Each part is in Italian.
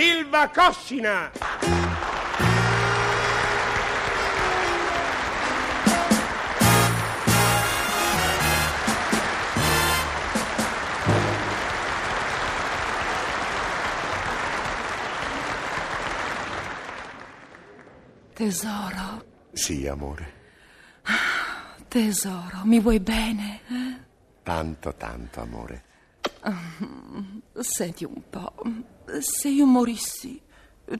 Silva Coscina. Tesoro, Sì, amore. tesoro, mi vuoi bene? eh? Tanto, tanto, amore. Senti un po', se io morissi,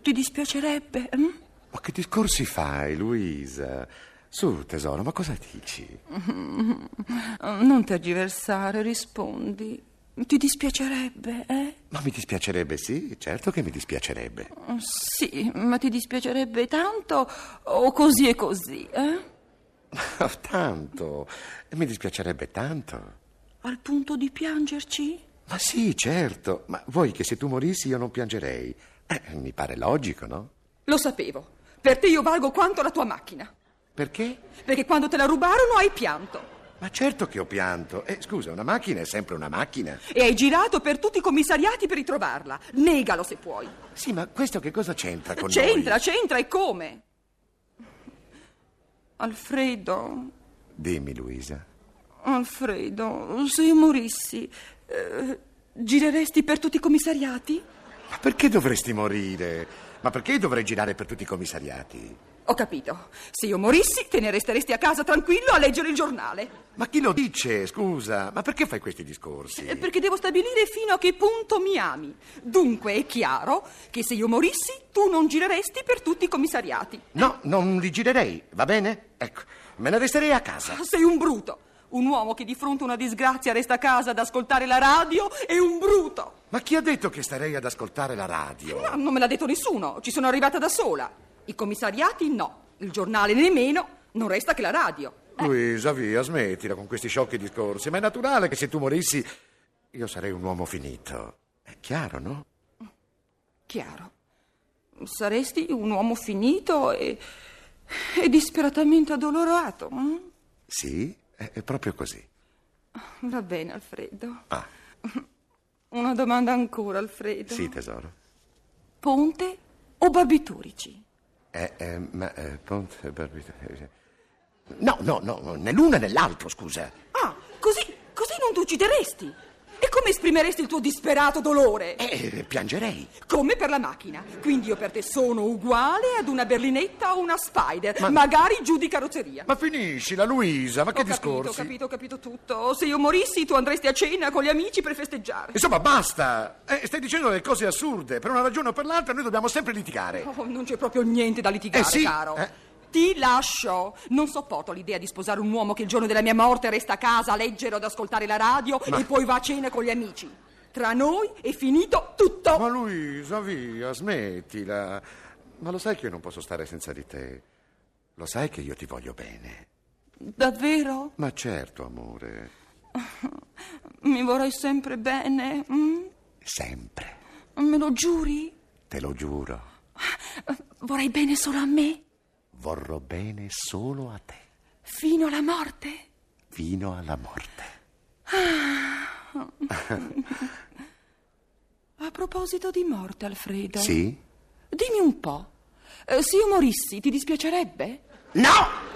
ti dispiacerebbe? mm? Ma che discorsi fai, Luisa? Su, tesoro, ma cosa dici? Non tergiversare, rispondi. Ti dispiacerebbe, eh? Ma mi dispiacerebbe, sì, certo che mi dispiacerebbe. Sì, ma ti dispiacerebbe tanto o così e così, eh? Ma Oh, tanto, mi dispiacerebbe tanto. Al punto di piangerci? Ma sì, certo, ma vuoi che se tu morissi io non piangerei? Eh, mi pare logico, no? Lo sapevo. Per te io valgo quanto la tua macchina. Perché? Perché quando te la rubarono hai pianto. Ma certo che ho pianto. Eh, scusa, una macchina è sempre una macchina. E hai girato per tutti i commissariati per ritrovarla. Negalo se puoi. Sì, ma questo che cosa c'entra con c'entra, noi? c'entra e come? Alfredo, Dimmi, Luisa. Alfredo, se io morissi, eh, gireresti per tutti i commissariati? Ma perché dovresti morire? Ma perché dovrei girare per tutti i commissariati? ho capito. Se io morissi, te ne resteresti a casa tranquillo a leggere il giornale. Ma chi lo dice? Scusa, ma perché fai questi discorsi? Eh, Perché devo stabilire fino a che punto mi ami. Dunque è chiaro che se io morissi, tu non gireresti per tutti i commissariati. No, non li girerei, va bene? Ecco, me ne resterei a casa. Sei un bruto. Un uomo che di fronte a una disgrazia resta a casa ad ascoltare la radio è un bruto. Ma chi ha detto che starei ad ascoltare la radio? No, non me l'ha detto nessuno, ci sono arrivata da sola. I commissariati no, il giornale nemmeno, non resta che la radio. Luisa, via, smettila con questi sciocchi discorsi. Ma è naturale che se tu morissi io sarei un uomo finito. È chiaro, no? Chiaro. Saresti un uomo finito e, e disperatamente addolorato. mm? eh? Sì, è, è proprio così. Va bene, Alfredo. Ah, Una domanda ancora, Alfredo. sì, tesoro. Ponte o barbiturici? Eh, eh, ma eh, Ponte Barbita. eh, No, no, no, né l'una né l'altro, scusa. Ah, così, così non ti uccideresti. E come esprimeresti il tuo disperato dolore? Eh, piangerei. Come per la macchina. Quindi io per te sono uguale ad una berlinetta o una spider, Ma- magari giù di carrozzeria. Ma finiscila, Luisa, ma che ho capito, ho discorsi? capito, ho capito tutto. Se io morissi, tu andresti a cena con gli amici per festeggiare. Insomma, basta! Eh, stai dicendo delle cose assurde. Per una ragione o per l'altra noi dobbiamo sempre litigare. Oh, non c'è proprio niente da litigare, Eh sì, caro. eh. Ti lascio. Non sopporto l'idea di sposare un uomo che il giorno della mia morte resta a casa a leggere o ad ascoltare la radio e poi va a cena con gli amici. Tra noi è finito tutto. Ma Luisa, via, smettila. Ma lo sai che io non posso stare senza di te. Lo sai che io ti voglio bene. Davvero? Ma certo, amore. Mi vorrai sempre bene? mm? Sempre. Me lo giuri? Te lo giuro. Vorrai bene solo a me? Vorrò bene solo a te. Fino alla morte? Fino alla morte. A proposito di morte, Alfredo. Sì? Dimmi un po'. eh, Se io morissi, ti dispiacerebbe? No!